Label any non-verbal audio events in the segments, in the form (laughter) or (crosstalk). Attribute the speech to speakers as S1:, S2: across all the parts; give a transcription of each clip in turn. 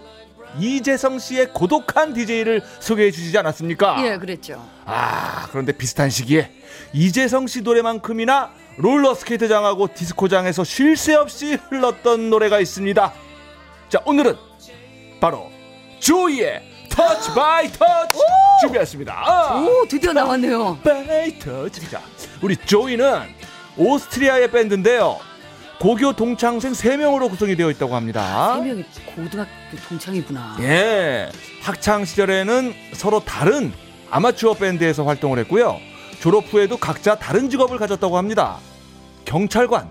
S1: 이재성 씨의 고독한 DJ를 소개해 주시지 않았습니까?
S2: 예, 그랬죠.
S1: 아 그런데 비슷한 시기에 이재성 씨 노래만큼이나 롤러스케이트장하고 디스코장에서 쉴 새 없이 흘렀던 노래가 있습니다. 자 오늘은 바로 조이의 터치 바이 터치 준비했습니다. 아!
S2: 오, 드디어 나왔네요.
S1: 바이 터치. 자 우리 조이는 오스트리아의 밴드인데요. 고교 동창생 3명으로 구성이 되어 있다고 합니다.
S2: 세네 명이 고등학교 동창이구나.
S1: 예. 학창 시절에는 서로 다른 아마추어 밴드에서 활동을 했고요. 졸업 후에도 각자 다른 직업을 가졌다고 합니다. 경찰관,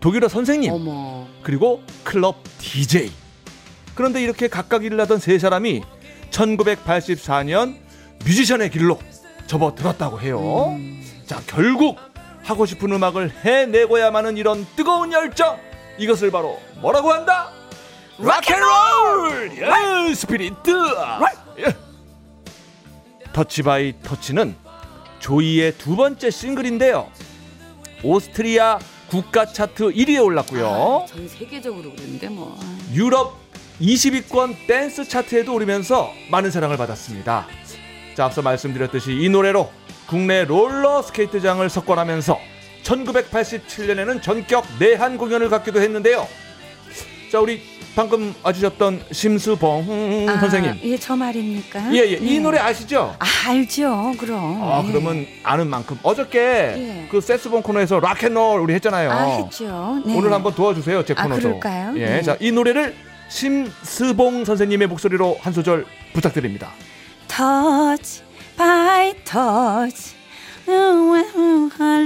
S1: 독일어 선생님,
S2: 어머.
S1: 그리고 클럽 DJ. 그런데 이렇게 각각 일을 하던 세 사람이 1984년 뮤지션의 길로 접어들었다고 해요. 자, 결국 하고 싶은 음악을 해내고야만은 이런 뜨거운 열정. 이것을 바로 뭐라고 한다? 락앤롤! 예, 스피릿! 예. 터치 바이 터치는 조이의 두 번째 싱글인데요. 오스트리아 국가 차트 1위에 올랐고요.
S2: 전 아, 세계적으로 그랬는데 뭐.
S1: 유럽 20위권 댄스 차트에도 오르면서 많은 사랑을 받았습니다. 자, 앞서 말씀드렸듯이 이 노래로 국내 롤러 스케이트장을 석권하면서 1987년에는 전격 내한 공연을 갖기도 했는데요. 자, 우리 방금 와주셨던 심수봉
S2: 아,
S1: 음, 선생님.
S2: 예, 저 말입니까?
S1: 예, 예. 이
S2: 네.
S1: 노래 아시죠?
S2: 아, 알죠. 그럼.
S1: 아,
S2: 예.
S1: 그러면 아는 만큼 어저께
S2: 예.
S1: 그 세스봉 코너에서 락앤롤 우리 했잖아요.
S2: 아, 했죠. 네.
S1: 어. 오늘 한번 도와주세요 제
S2: 아,
S1: 코너도.
S2: 그럴까요?
S1: 예,
S2: 네.
S1: 자이 노래를 심스봉 선생님의 목소리로 한 소절 부탁드립니다.
S2: 터치 바이 터치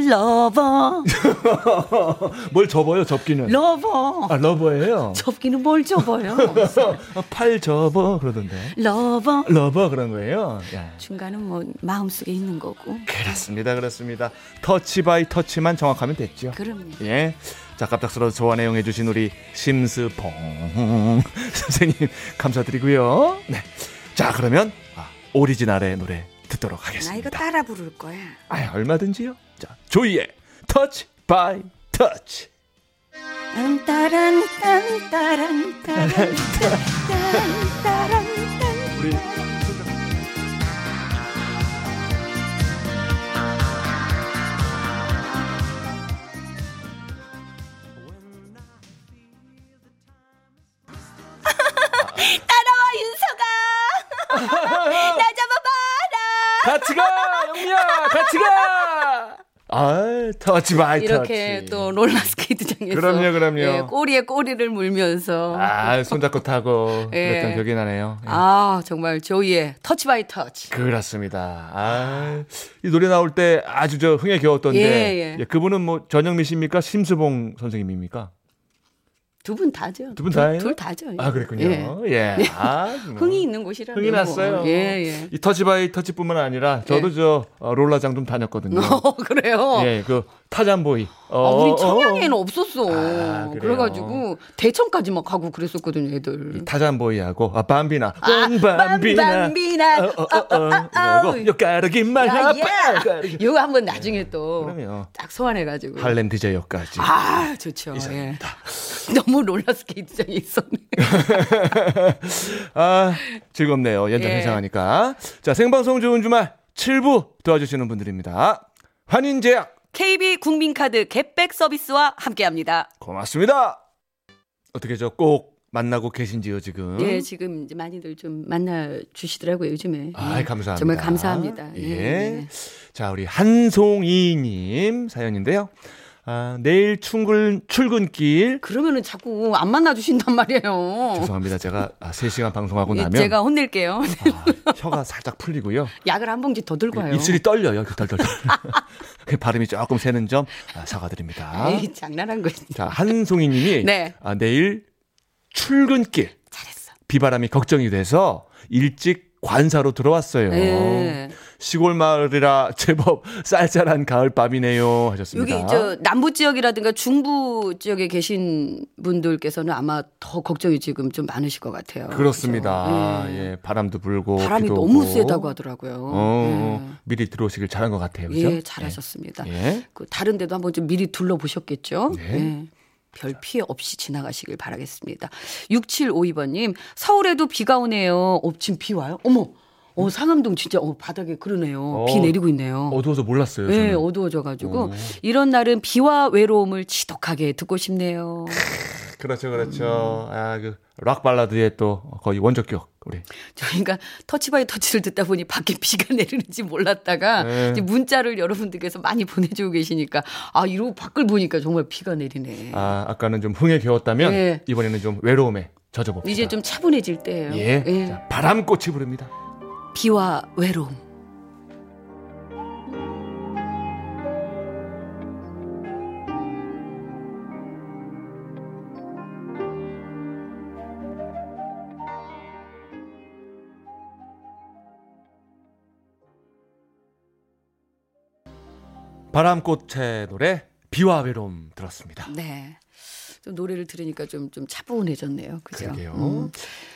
S2: 러버
S1: 뭘 접어요 접기는?
S2: 러버
S1: 아 러버예요.
S2: 접기는 뭘 접어요
S1: 어, 팔 접어 그러던데.
S2: 러버
S1: 러버 그런 거예요.
S2: 중간은 뭐 마음속에 있는 거고
S1: 그렇습니다 그렇습니다. 터치 바이 터치만 정확하면 됐죠.
S2: 그럼요
S1: 예. 자 갑작스러운 소환 애용해 주신 우리 심스봉 (laughs) 선생님 감사드리고요. 네. 자 그러면 아, 오리지널의 노래 듣도록 하겠습니다.
S2: 나 아, 이거 따라 부를 거야
S1: 아 얼마든지요. 자 조이의 터치 바이 터치.
S2: 딴 따란 딴 따란 따란 딴 따란 딴
S1: 우리
S2: 따라와 윤서가
S1: (laughs)
S2: 나 잡아봐라
S1: 같이 가 영미야 같이 가. 아 터치 바이
S2: 이렇게
S1: 터치.
S2: 또 롤러스케이트장에서
S1: 그럼요, 그럼요.
S2: 예, 꼬리에 꼬리를 물면서 아,
S1: 아, 손잡고 타고
S2: 예. 아.
S1: 그랬던 기억이 나네요. 예.
S2: 정말 조이의 터치 바이 터치.
S1: 그렇습니다. 아, 이 노래 나올 때 아주 저 흥에 겨웠던데
S2: 예, 예.
S1: 예, 그분은 뭐 전영미 씨입니까? 심수봉 선생님입니까?
S2: 두 분 다죠.
S1: 두분 다예요?
S2: 둘 다죠. 예.
S1: 아 그랬군요.
S2: 예.
S1: 예. 아, 뭐.
S2: 흥이 있는 곳이라.
S1: 흥이 났어요.
S2: 예, 예. (laughs)
S1: 이 터치바이 터치뿐만 아니라 저도
S2: 예.
S1: 저 어, 롤라장 좀 다녔거든요.
S2: 어, 그래요.
S1: 예, 그 타잔보이.
S2: 아,
S1: 어,
S2: 우리
S1: 어,
S2: 청양에는 없었어.
S1: 아, 그래요?
S2: 그래가지고 대천까지 막 가고 그랬었거든요, 애들.
S1: 타잔보이하고 아 밤비나 밤비나
S2: 밤비나.
S1: 어, 어, 어,
S2: 아우.
S1: 이러고 요까르기만
S2: 아,
S1: 하빠
S2: 예. 이거 한번 나중에 또
S1: 그럼요.
S2: 딱 소환해가지고.
S1: 할렘 디제이까지
S2: 아, 좋죠. 예. (laughs) 너무 롤러스케이트장에 있었네.
S1: 아, 즐겁네요. 연장
S2: 예.
S1: 회상하니까. 자, 생방송 좋은 주말 7부 도와주시는 분들입니다. 한인제약
S2: KB 국민카드 겟백 서비스와 함께합니다.
S1: 고맙습니다. 어떻게 저 꼭 만나고 계신지요, 지금?
S2: 예, 지금 이제 많이들 좀 만나 주시더라고요 요즘에.
S1: 아이,
S2: 예.
S1: 감사합니다.
S2: 정말 감사합니다.
S1: 예.
S2: 예, 예.
S1: 자, 우리 한송이님 사연인데요. 아, 내일 출근, 출근길.
S2: 그러면은 자꾸 안 만나 주신단 말이에요.
S1: 죄송합니다. 제가 아, 3시간 방송하고
S2: 어. 예,
S1: 나면
S2: 제가 뭐. 혼낼게요. (laughs)
S1: 아, 혀가 살짝 풀리고요.
S2: 약을 한 봉지 더 들고 와요.
S1: 입술이 떨려요. (laughs) 덜덜덜. 그 발음이 조금 새는 점 아, 사과드립니다.
S2: 에이, 장난한 거지. (laughs)
S1: 자, 한송이 님이
S2: 네.
S1: 아, 내일 출근길
S2: 잘했어.
S1: 비바람이 걱정이 돼서 일찍 관사로 들어왔어요.
S2: 예.
S1: 시골 마을이라 (laughs) 제법 쌀쌀한 가을 밤이네요 하셨습니다.
S2: 여기 저 남부 지역이라든가 중부 지역에 계신 분들께서는 아마 더 걱정이 지금 좀 많으실 것 같아요.
S1: 그렇습니다.
S2: 그죠? 예.
S1: 예, 바람도 불고
S2: 바람이
S1: 비도
S2: 너무
S1: 오고.
S2: 세다고 하더라고요.
S1: 어, 미리 들어오시길 잘한 것 같아요.
S2: 예,
S1: 그죠? 네.
S2: 예, 잘하셨습니다.
S1: 예.
S2: 그 다른 데도 한번 좀 미리 둘러보셨겠죠?
S1: 네.
S2: 예. 별 피해 없이 지나가시길 바라겠습니다. 6752번님, 서울에도 비가 오네요. 어, 지금 비 와요? 어머, 어, 상암동 진짜 어, 바닥에 그러네요.
S1: 어,
S2: 비 내리고 있네요.
S1: 어두워서 몰랐어요.
S2: 예,
S1: 저는.
S2: 어두워져가지고
S1: 오.
S2: 이런 날은 비와 외로움을 지독하게 듣고 싶네요.
S1: 그렇죠, 그렇죠. 아, 그락 발라드의 또 거의 원조격 우리
S2: 저희가 터치바이 터치를 듣다 보니 밖에 비가 내리는지 몰랐다가
S1: 네.
S2: 이제 문자를 여러분들께서 많이 보내주고 계시니까 아 이러고 밖을 보니까 정말 비가 내리네.
S1: 아, 아까는 좀 흥에 겨웠다면
S2: 예.
S1: 이번에는 좀 외로움에 젖어봅시다.
S2: 이제 좀 차분해질 때예요.
S1: 예.
S2: 예.
S1: 자, 바람꽃이 부릅니다.
S2: 비와 외로움.
S1: 바람꽃의 노래 비와 외로움 들었습니다.
S2: 네. 좀 노래를 들으니까 좀 좀 차분해졌네요. 그죠?
S1: 그러게요.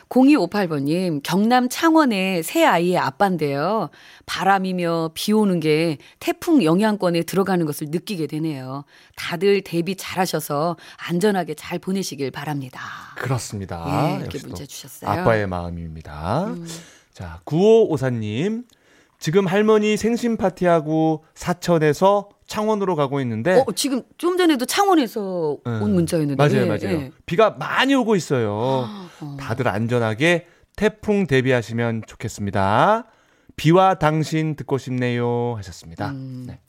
S2: 0258번님, 경남 창원의 새 아이의 아빠인데요. 바람이며 비 오는 게 태풍 영향권에 들어가는 것을 느끼게 되네요. 다들 대비 잘하셔서 안전하게 잘 보내시길 바랍니다.
S1: 그렇습니다.
S2: 예, 이렇게
S1: 아, 역시 또
S2: 문자 주셨어요.
S1: 아빠의 마음입니다. 자, 9554님. 지금 할머니 생신 파티하고 사천에서 창원으로 가고 있는데
S2: 어, 지금 좀 전에도 창원에서
S1: 예.
S2: 온 문자였는데.
S1: 네. 맞아요,
S2: 예,
S1: 맞아요.
S2: 예. 아,
S1: 비가 많이 오고 있어요. 다들 안전하게 태풍 대비하시면 좋겠습니다. 비와 당신 듣고 싶네요 하셨습니다.
S2: 음,
S1: 네.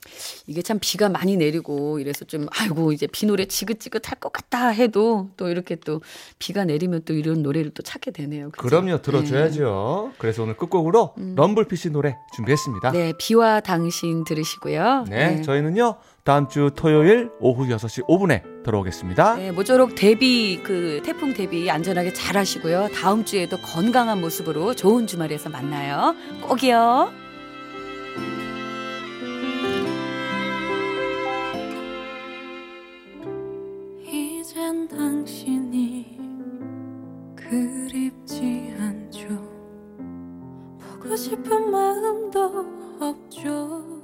S2: 이게 참 비가 많이 내리고 이래서 좀 아이고 이제 비 노래 지긋지긋할 것 같다 해도 또 이렇게 또 비가 내리면 또 이런 노래를 또 찾게 되네요. 그죠? 예. 음.
S1: 그럼요 들어줘야죠. 그래서 오늘 끝곡으로 럼블피쉬 노래 준비했습니다.
S2: 네, 비와 당신 들으시고요.
S1: 네, 저희는요 다음 주 토요일 오후 6시 5분에 돌아오겠습니다.
S2: 네, 모쪼록 대비 그 태풍 대비 안전하게 잘 하시고요. 다음 주에도 건강한 모습으로 좋은 주말에서 만나요. 꼭이요.
S3: 이젠 당신이 그립지 않죠 보고 싶은 마음도 없죠